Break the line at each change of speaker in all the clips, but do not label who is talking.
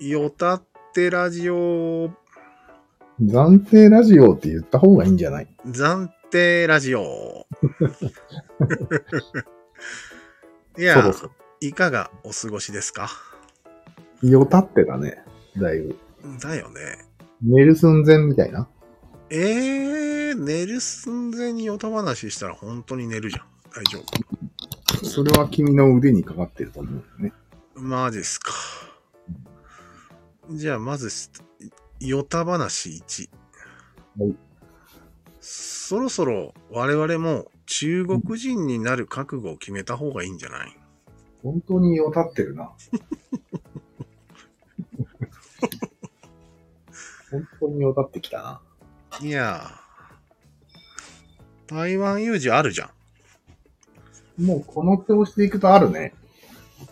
よたってラジオ、
暫定ラジオって言った方がいいんじゃない
暫定ラジ オ。い
そ
や
ろ、そ
いかがお過ごしですか
ろ。よたってたね。だいぶ。
だよね。
寝る寸前みたいな。
えー、寝る寸前によた話したら本当に寝るじゃん。大丈
それは君の腕にかかってると思うね。
夫。マジっすか。じゃあ、まずし、よた話1。
はい
そろそろ我々も中国人になる覚悟を決めた方がいいんじゃない
本当によたってる な。本当によたってきたな。
いやー、台湾有事あるじゃ
もうこの調子でいくとあるね。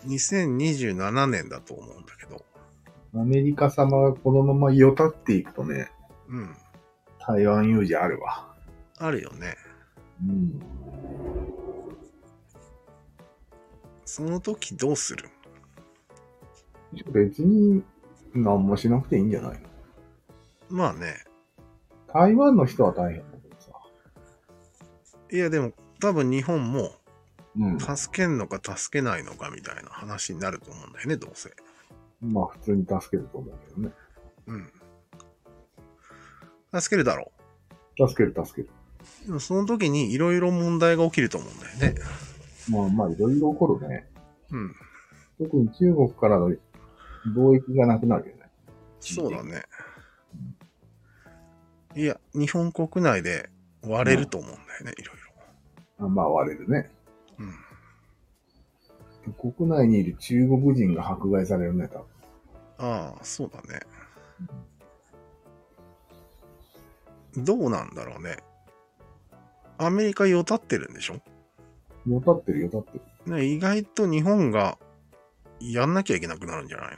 ん。2027年だと思うんだけど。
アメリカ様がこのままよたっていくとね、
うん。
台湾有事あるわ。
あるよね。
うん。
その時どうする
別に何もしなくていいんじゃないの
まあね。
台湾の人は大変だけどさ。
いや、でも多分日本も
うん。
助けんのか助けないのかみたいな話になると思うんだよね、どうせ。
まあ普通に助けると思うけどね。
うん。助けるだろ
助ける助ける。
う。でもその時にいろいろ問題が起きると思うんだよね。
まあまあいろいろ起こるね。
うん。
特に中国からの貿易がなくなるよね。
そうだね。いや、日本国内で割れると思うんだよね、いろい
あまあ割れるね。
ろ。うん。
国内にいる中国人が迫害されるね、多分。
ああ、そうだね。どうなんだろうね。アメリカよたってるんでしょ、
よたってるよたってる。
ね、意外と日本がやんなきゃいけなくなるんじゃないの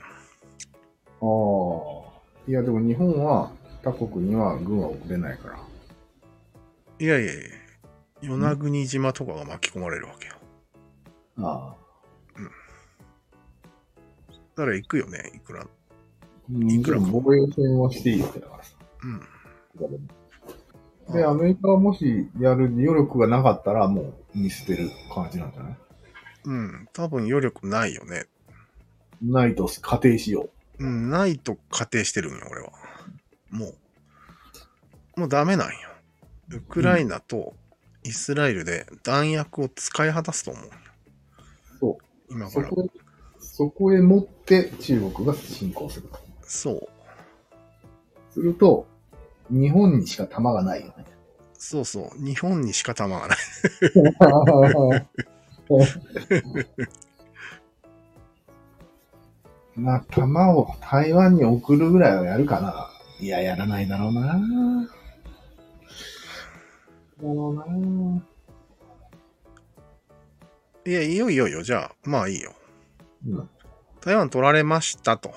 ああ。いやでも日本は他国には軍は送れないから。
いやいやいや、与那国島とかが巻き込まれるわけよ。
ああ。
だから行くよね、いくら。い
い
く
く
ら
ら
か
防衛戦はしていいわけだからさ。
うん。
で、アメリカはもしやる余力がなかったらもう見捨てる感じなんじゃない
うん。多分余力ないよね。
ないと仮定しよう。
うん、ないと仮定してるんよ、俺は。もう。もうダメなんよ。ウクライナとイスラエルで弾薬を使い果たすと思う。
そう。
今か
そ
ら。
こ、そこへ持って中国が侵攻すると。
そう。
すると、日本にしか弾がないよね。
そうそう。日本にしか弾がない。
まあ、弾を台湾に送るぐらいはやるかな。いや、やらないだろうな。だろうな。
いや、いよいよよ。じゃあ、まあいいよ。
うん。
台湾取られましたと。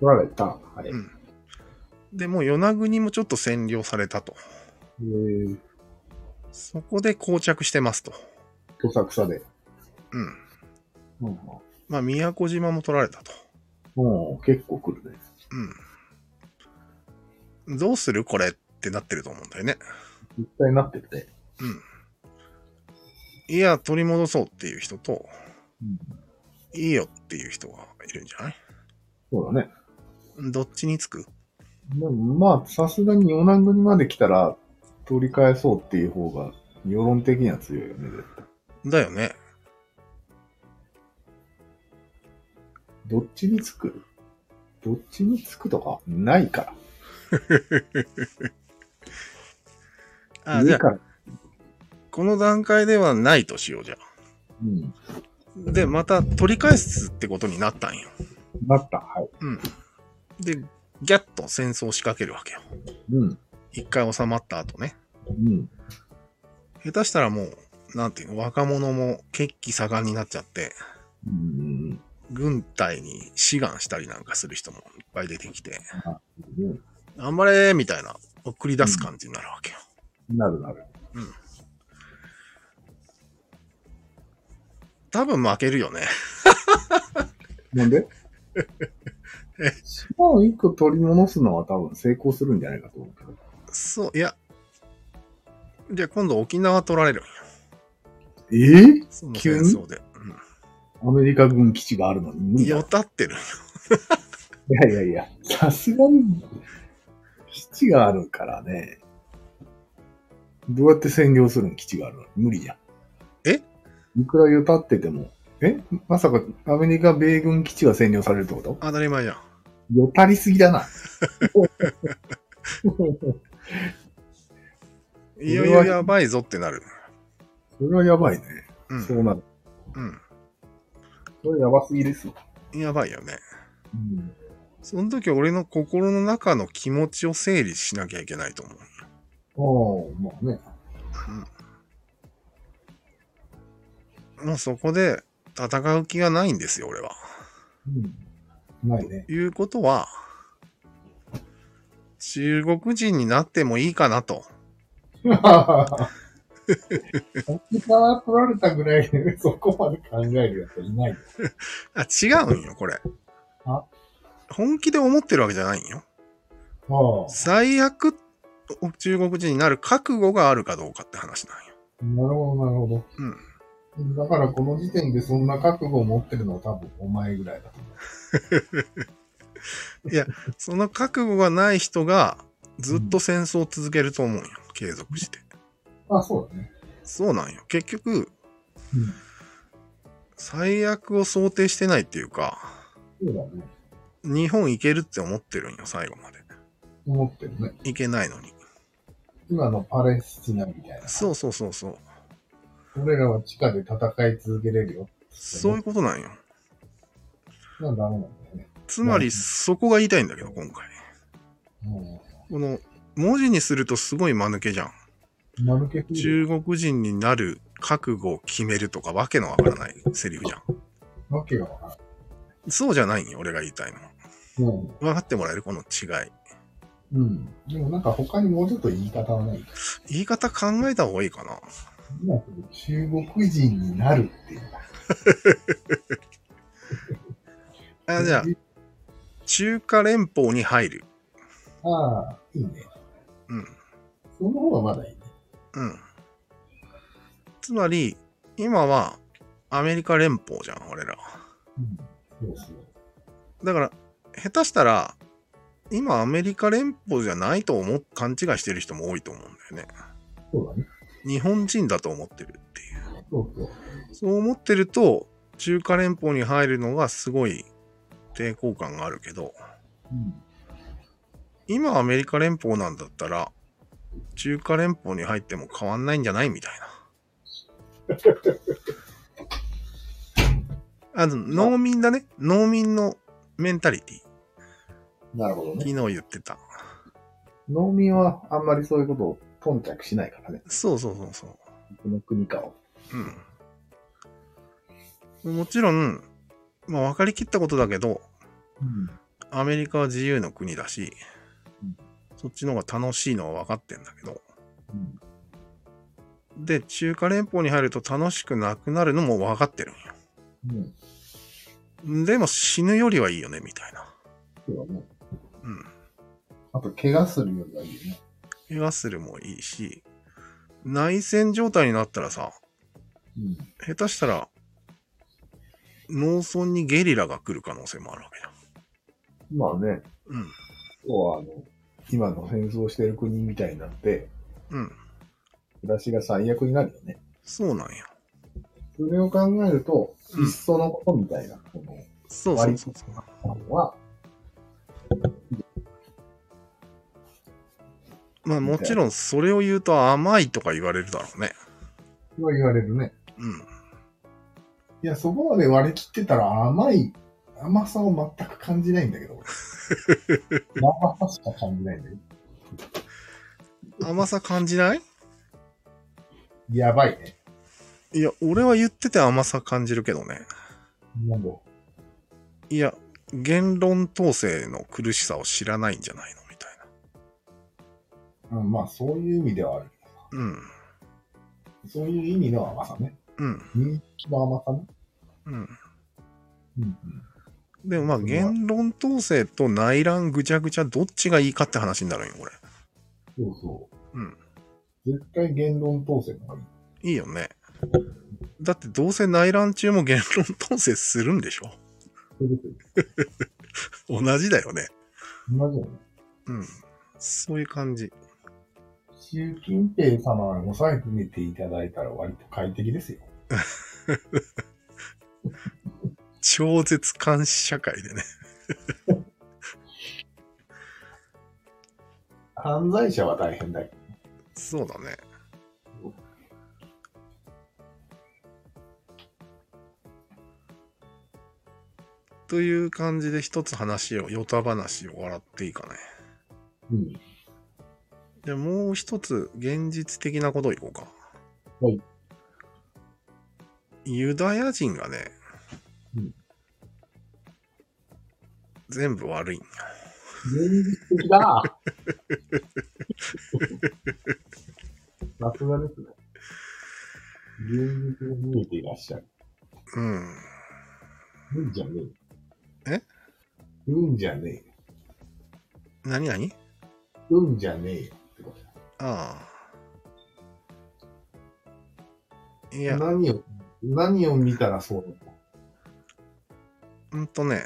取られた。はい。
うんで、もう与那国もちょっと占領されたと。
えー、
そこで膠着してますと。
どさくさで。
うん。
うん。
まあ、宮古島も取られたと。
もう結構来るね。
うん。どうするこれってなってると思うんだよね。
一体なってて。
うん。いや、取り戻そうっていう人と、
うん。
いいよっていう人がいるんじゃない
そうだね。
どっちにつく
でもまあ、さすがに与那国まで来たら、取り返そうっていう方が、世論的には強いよね、絶対。
だよね。
どっちにつくどっちにつくとか、ないか
あ、
ら。
じゃ
上
あ、
から。
この段階ではないとしようじゃあ。
うん。
で、また取り返すってことになったんよ。
なった。はい。
うん。で、ギャッと戦争を仕掛けるわけよ。
うん。
一回収まった後ね。
うん。
下手したらもう、なんていうの、若者も血気盛んになっちゃって、
うん。
軍隊に志願したりなんかする人もいっぱい出てきて、
うん
頑張れーみたいな、送り出す感じになるわけよ。
なるなる。
多分負けるよね。
なんで島を一個取り戻すのは多分成功するんじゃないかと思うけど。
そう、いや。じゃあ今度沖縄取られるんよ。
え
その戦
急に
争で。
アメリカ軍基地があるのに無
うん、
理だ
よたってる。
いやいやいや、さすがに、基地があるからね。どうやって占領するの基地があるの無理じゃん。
え
いくらよたってても。えまさかアメリカ米軍基地が占領されるってこと
当たり前じゃん。
よたりすぎだな。
いよいよやばいぞってなる。
それはやばいね。
う
そ
ん。
うなる。
う
それやばすぎですよ。
ん。やばいよね。
うん。
その時俺の心の中の気持ちを整理しなきゃいけないと思う。
ああ、まあね。
うんもうそこで戦う気がないんですよ、俺は。
うん。ないね。
ということは、中国人になってもいいかなと。
沖縄取られたぐらいでそこまで考えるやつはいないよ。
あ、違うんよ、これ
あ。
本気で思ってるわけじゃないんよ。
ああ。
最悪、中国人になる覚悟があるかどうかって話なんよ。
なるほど、なるほど。だからこの時点でそんな覚悟を持ってるのは多分お前ぐらいだと思
うん。その覚悟がない人が、ずっと戦争を続けると思うんよ。継続して。
う。あ、そうだね。
そうなんよ。結局、
うん
最悪を想定してないっていうか、
そうだね。
日本行けるって思ってるんよ、最後まで。
思ってるね。
行けないのに。
今のパレスチナみたいな。
そうそうそうそう。
俺らは地下で戦い続けれるよ。
そういうことなんよ。
なんダメなんだよね。
つま
う
り、
ん
そこが言いたいんだけど、今回。
も
この、文字にするとすごい間抜けじゃん。
う、間抜けすぎる
中国人になる覚悟を決めるとか、わけのわからないセリフじゃん。
わけがわか
そうじゃないんよ、俺が言いたいのは。
らない。うん
分かってもらえるこの違い。
うん。でもなんか他にもうちょっと言い方はない。
言い方考えた方がいいかな。
今すぐ中国人になるっていうか。
あじゃあ、中華連邦に入る。
ああ、いいね。
うん。
その方がまだいいね。
うん。つまり、今はアメリカ連邦じゃん、俺ら。
うん。そうそう。
だから、下手したら、今アメリカ連邦じゃないと思う、勘違いしてる人も多いと思うんだよね。
そうだね。
日本人だと思ってるっていう。
そうそう。
そう思ってると、中華連邦に入るのがすごい抵抗感があるけど、
うん。
今アメリカ連邦なんだったら、中華連邦に入っても変わんないんじゃないみたい な。あの、農民だね。農民のメンタリティ。
なるほどね。
昨日言ってた。
農民はあんまりそういうことを頓着しないからね。
そうそうそうそ
この国かを。
う。うん。もちろん、まあ分かりきったことだけど、
うん。
アメリカは自由の国だし
うん、
そっちの方が楽しいのは分かってんだけど、
うん。
で、中華連邦に入ると楽しくなくなるのも分かってるんよ。
うん。
でも死ぬよりはいいよね、みたいな。
そうだね。
うん。
あと、怪我するよりはいいよね。
怪我するもいいし、内戦状態になったらさ、
うん。
下手したら、農村にゲリラが来る可能性もあるわけ
まあ
じ
ね、
ゃん。
今日はあの、今の戦争してる国みたいになって、
うん。うん。
暮らしが最悪になるよね。
そうなんや。
それを考えると、
うん
いっそのことみたいな、この、
そうそうそうそう。
は、
まあもちろんそれを言うと甘いとか言われるだろうね。
言われるね。
うん。
いや、そこまで割り切ってたら甘い、甘さを全く感じないんだ けど、俺甘さしか感じないんだよ。
甘さ感じない
やばいね。
いや、俺は言ってて甘さ感じるけどね。
なんだろ
いや、言論統制の苦しさを知らないんじゃないのみたいう
うん、まあ、そういう意味ではある。
な。うん。
そういう意味の甘さね。
うん。
人気の甘さね。
うん。
うん、
でもまあ
うん
言論統制と内乱ぐちゃぐちゃどっちがいいかって話になるんよ、これ。
そうそう。
うん。
絶対言論統制の方がいい。
いいよね。だってどうせ内乱中も言論統制するんでしょ
そういうことよ
同じだよね。
同じだよね。
うん。そういう感じ。
習近平様がご財布見ていただいたら割と快適ですよ。
超絶監視社会でね。
犯罪者は大変だけ
そうだね。という感じで一つ話を、ヨタ話を笑っていいかね。
ど。
で、
うん。
もう一つ現実的なこといこうか。
はい。
ユダヤ人がね、
うん
全部悪いんよ
現実的ださすがですね。現実が見えていらっしゃる。
うん。
うんじゃねえ。
え
うんじゃねえ。
何何
うんじゃねえよってことだ
ああ。いや、
何を、何を見たらそうなの
ほんとね、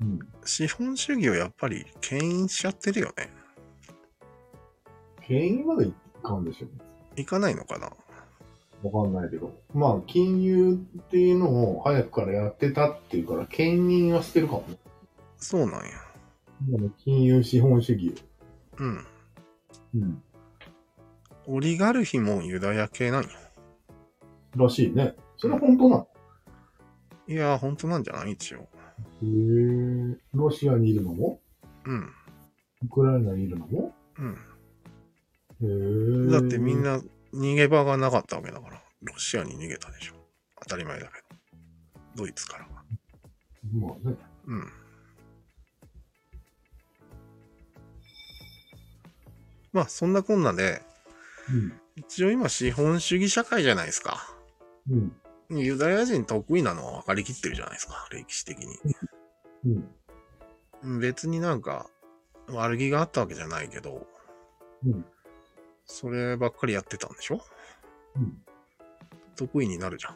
うん。
資本主義をやっぱり牽引しちゃってるよね。
原因までいかんでしょ
いかないのかな
わかんないけど。まあ、金融っていうのを早くからやってたっていうから、兼任はしてるかもね。
そうなんや。
今の金融資本主義
うん。
を。うん。
オリガルヒもユダヤ系なんや。
らしいね。それは本当ない
やー、ほんとなんじゃない一応。
のへえ。ロシアにいるのも
うん。
ウクライナにいるのも
うん。
へえ。
だってみん。な逃げ場がなかったわけだから、ロシアに逃げたでしょ。当たり前だけど。ドイツからは。
まあね。
うん。まあそんなこんなで、一応今資本主義社会じゃないですか。
うん。うん。
ユダヤ人得意なのは分かりきってるじゃないですか、歴史的に。
うん。
別になんか悪気があったわけじゃないけど、
うん
そればっかりやってたんでしょ
うん。
得意になるじゃ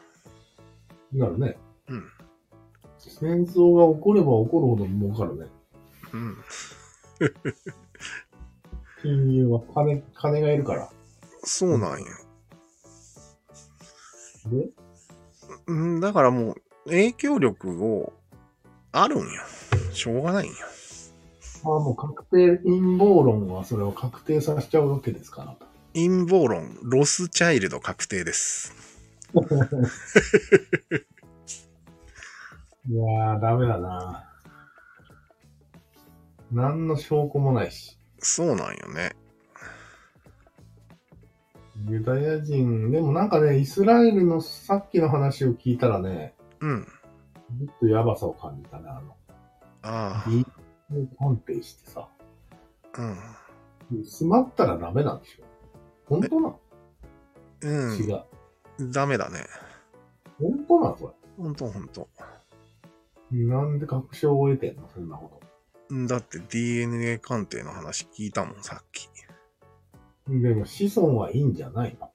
ん。
なるね。
うん。
戦争が起これば起こるほど儲かるね。
うん。
金融は金、金がいるから。
そうなんや。
で、
うん、だからもう影響力をあるんや。しょうがないんや。
まあもう確定、陰謀論はそれを確定させちゃうわけですから。
陰謀論、ロスチャイルド確定です。
いやー、ダメだな。何の証拠もないし。
そうなんよね。
ユダヤ人、でもなんかね、イスラエルのさっきの話を聞いたらね、
うん。
ずっとやばさを感じたね、あの、
あ
DNA 鑑定してさ、
あ。
詰まったらダメなんでしょ本当なの、
うん。
違う。
うん。ダメだね。
本当なのそ
ほんとほんと。
れ。なんで確証を得てんのそんなこ
だって DNA 鑑定の話聞いたもん、さっき。
と。でも子孫はいいんじゃないの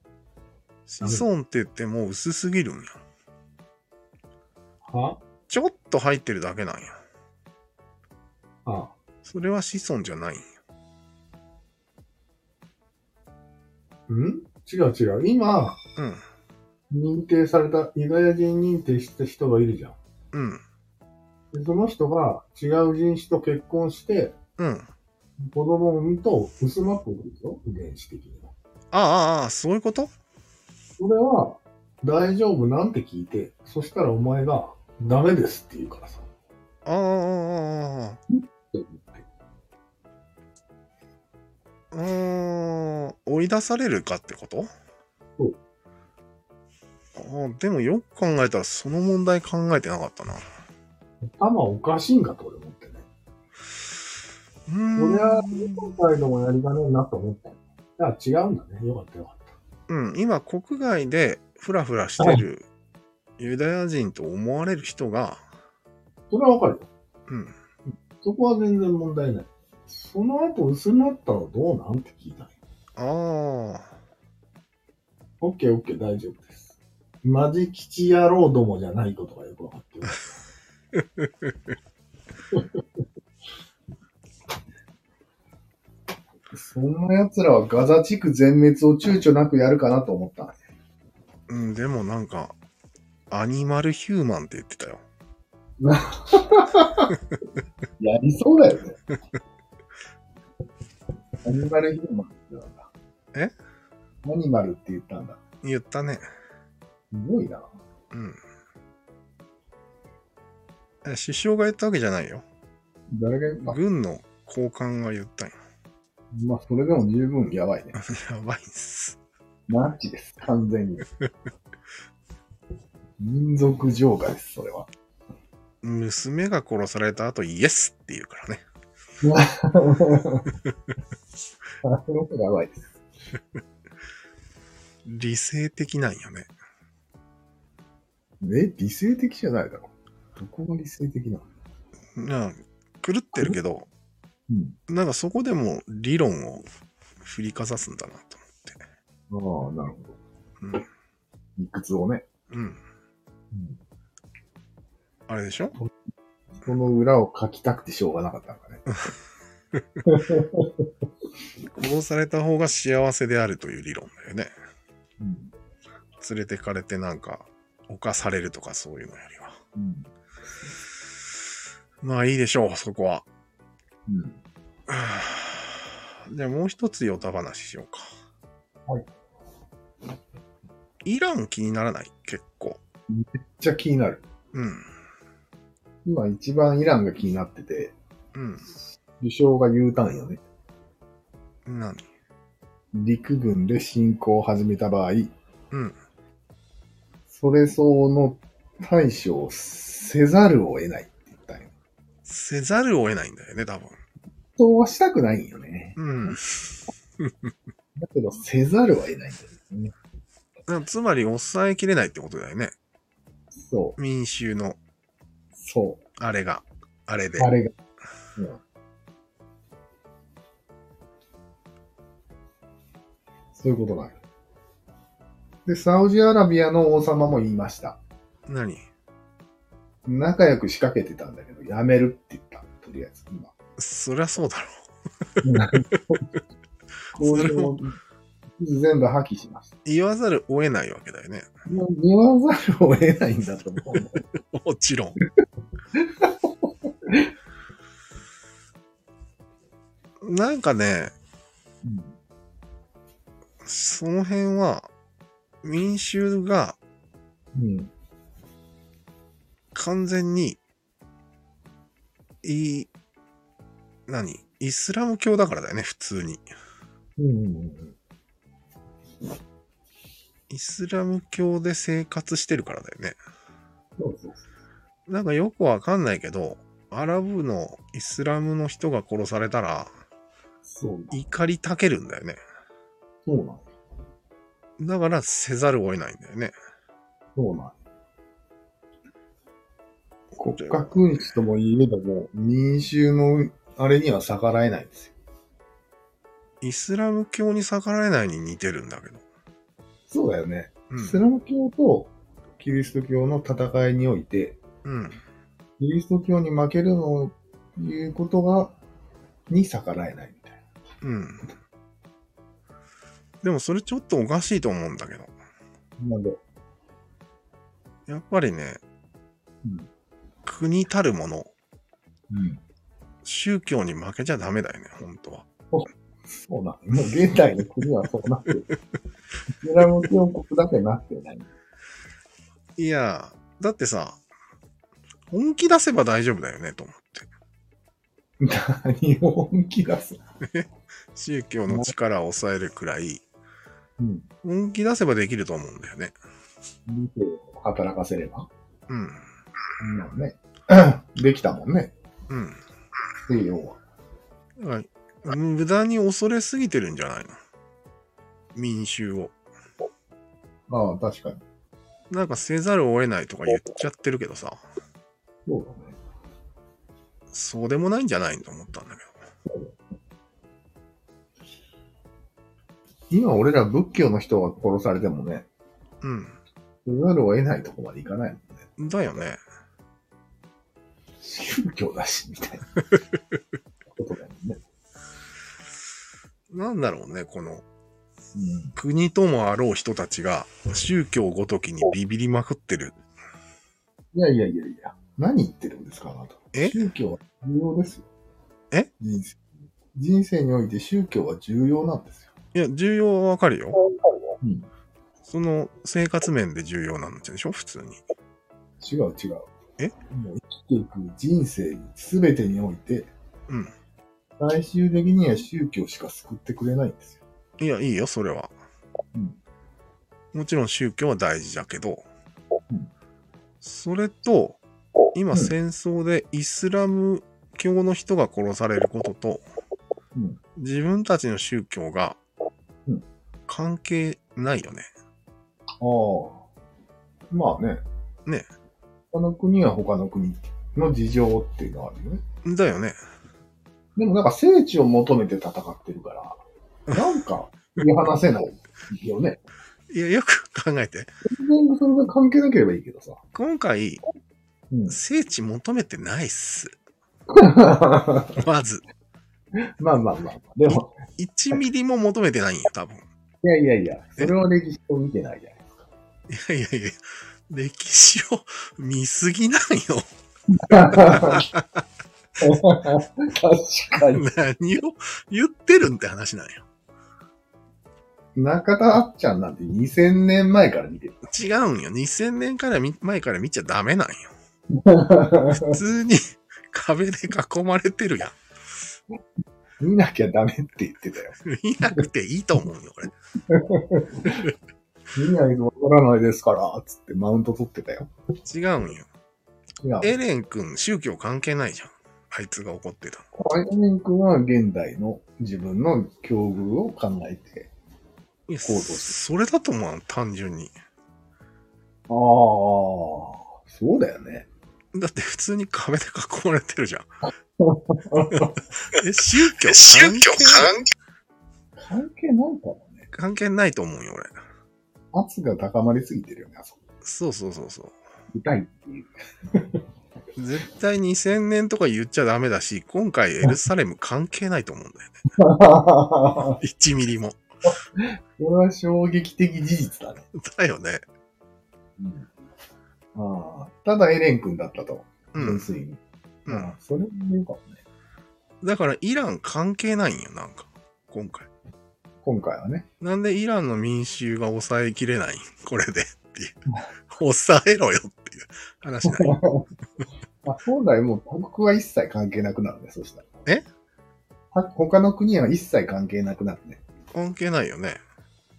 子孫って言ってもう薄すぎるんや。
は
ちょっと入ってるだけなんや。
ああ。
それは子孫じゃないんや。
ん違う違う。今、
うん。
認定された、ユダヤ人認定した人がいるじゃん。
うん。
でその人が違う人種と結婚して、
うん。あ
子供を産むと薄まってくるでしょ原始的には。
あああああ、そういうこと
それは、大丈夫なんて聞いて、そしたらお前が、ダメですって言うからさ。
ああああああ。うーん。追い出されるかってこと
そう
ああでもよく考えたらその問題考えてなかったな。う
頭おかしいんかと俺思ってね。
ーん。
俺は、今回のもやりかねえなと思ったよ。だから違うんだね。よかったよかった。
うん、今国外でフラフラしてるユダヤ人と思われる人が
それはわかるよ。
うん。
そこは全然問題ない。その後薄まったらどうなんて聞いたんよ。
ああ。
オッケーオッケー大丈夫です。マジ吉野郎どもじゃないことがよくわかってます。 そんな奴らはガザ地区全滅を躊躇なくやるかなと思った。
うん、でもなんか、アニマルヒューマンって言ってたよ。
やりそうだよね。アニマルヒューマンって言ったんだ。
え
アニマルって言ったんだ。
言ったね。
すごいな。
うん。え首相が言ったわけじゃないよ。
誰が言った
軍の高官が言ったんよ。
まあ、それでも十分やばいね。
やばいっす。
マッチです、完全に。民族浄化です、それは。
娘が殺された後、イエスって言うからね。
あれはやばいです。
理性的なんよね。
え、理性的じゃないだろ。どこが理性的なの
な狂ってるけど、
うん。
なんかそこでも理論を振りかざすんだなと
ああ、なるほど。
思って。
理屈をね。
うん。うん。
うん。
あれでしょ
その裏を書きたくてしょうがなかったのかね。
殺された方が幸せであるという理論だよね。
うん。
連れてかれてなんか犯されるとかそういうのよりは。
うん。
まあいいでしょう、そこは。
うん。
は あじゃあもう一つヨタ話しようか。
はい。
イラン気にならない結構。
じゃあ気になる。
うん。
今一番イランが気になってて、
うん。
首相が言うたんよね。
何
陸軍で侵攻を始めた場合、
うん。
それ相応の対処をせざるを得ないって言ったんよ。
せざるを得ないんだよね、多分。
そうはしたくないんよね。
うん。
だけど、せざるを得ないんだよね。
なつまり抑えきれないってことだよね。
そう、
民衆の
そ
あれが、あれで
う、。あれが。うんそういうことなの。で、サウジアラビアの王様も言いました。
何
仲良く仕掛けてたんだけど、やめるって言った。とりあえず、今。
そりゃそうだろ
こう
それも
全部破棄しました。
う。言わざるを得ないわけだよね。
もう言わざるを得ないんだと思う。
もち ろん。なんかね、
うん
その辺は民衆が
うん。
完全に、いい、何イスラム教だからだよね、普通に。
うん。
イスラム教で生活してるからだよね。
そうそう。
なんかよくわかんないけど、アラブのイスラムの人が殺されたら、
そうだ。
怒りたけるんだよね。
そうなんだ。
だからせざるを得ないんだよね。
そうなんだ。国家君主とも言えども、民衆のあれには逆らえないんですよ。
イスラム教に逆らえないに似てるんだけど。
そうだよね。
う
イ
ん
ス。ラム教とキリスト教の戦いにおいて、
うん、
キリスト教に負けるのをいうことが、に逆らえないみたいな。
うん。でもそれちょっとおかしいと思うんだけど。
なんで、
やっぱりね、
うん
国たるもの、
うん。
宗教に負けちゃダメだよね、本当は。
そうなんだ。もう現代の国はそうなってる。イスラム教国だけなってない。
いやー、だってさ、本気出せば大丈夫だよね、と思って。
何を本気出す
宗教の力を抑えるくらい、
うん。
本気出せばできると思うんだよね。
見て働かせれば。
うん。
もうね。 できたもんね。
うん。
西洋は。
だから無駄に恐れすぎてるんじゃないの民衆を。
ああ、確かに。
なんかせざるを得ないとか言っちゃってるけどさ、
そうだね。
そうでもないんじゃないと思ったんだけ
今俺ら仏教の人が殺されてもね、
ど。
せざるを得ないとこまでいかないもんね。
うん。だよね。
宗教だし、みたいなことだもんね。
なんだろうね、この国ともあろう人たちが宗教ごときにビビりまくってる。
うん。いやいやいやいや、何言ってるんですか、あなた。
え
宗教は重要ですよ。
え
人生人生において宗教は重要なんですよ。
いや、重要はわかるよ。
うん、
その生活面で重要なんでしょ普通に。
違う違う。
え
もう生きていく人生に全てにおいて、
うん。
最終的には宗教しか救ってくれないんです
い
よ。
や、いいよ、それは。
うん
もちろん宗教は大事だけど、
うん
それと、
う
今
ん
戦争でイスラム教の人が殺されることと、
うん
自分たちの宗教が
うん
関係ないよね。
ああ。まあね。
ね。
他の国は他の国の事情っていうのはあるよね。
だよね。
でもなんか聖地を求めて戦ってるから、なんか見放せないよね。
いや、よく考えて。
全然それが関係なければいいけ どさ。
今回、
うん、
聖地求めてないっす。まず、
まあまあまあ。でも、
1ミリも求めてないんよ、多分。
いやいやいや、それは歴史を見てないじゃないですか。
いやいやいや、歴史を見すぎなんよ。
確かに。
何を言ってるんって話なんよ。
中田あっちゃんなんて2000年前から見てる。
違うんよ。2000年から見前から見ちゃダメなんよ。普通に 壁で囲まれてるやん。
見なきゃダメって言ってたよ。
見なくていいと思うよ、俺。
見ないとわからないですから、つってマウント取ってたよ。
違うんよ。
いや、
エレン君、宗教関係ないじゃん。あいつが怒ってたの。
アイアメン君は現代の自分の境遇を考えて、
いや、
行動する
それだと思うの、単純に。
ああ、そうだよね。
だって普通に壁で囲まれてるじゃん。え宗教関係
関係ないからね。
関係ないと思うよ、俺。
圧が高まりすぎてるよね、あそこ。
そうそうそうそう。
痛いっていう。
絶対2000年とか言っちゃダメだし、今回エルサレム関係ないと思うんだよね。
こ
1ミリも。
れは衝撃的事実だね。
だよね。
ああただエレン君だったと。
うん。
粋に。
う
あ
ん
あ、それもよかったね。
だからイラン関係ないんよ、なんか。今回。
今回はね。
なんでイランの民衆が抑えきれないこれでって いう。抑えろよっていう話ない。
あ本来もう他国は一切関係なくなるね、そしたら。
え
は他の国は一切関係なくなるね。
関係ないよね。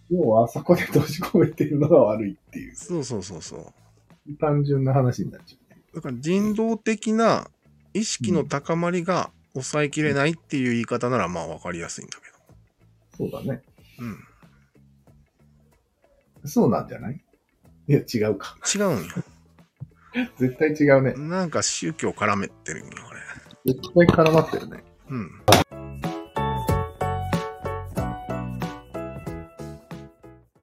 要はあそこで閉じ込めてるのが悪いっていう、
そうそうそうそう。
単純な話になっちゃうね。
だから人道的な意識の高まりが抑えきれないっていう言い方ならまあわかりやすいんだけ
そうだね。
ど。うん。
そうなんじゃないいや、違うか。
違うんよ。
絶対違うね。
なんか宗教絡めてるんよ、あれ。
絶対絡まってるね。
うん。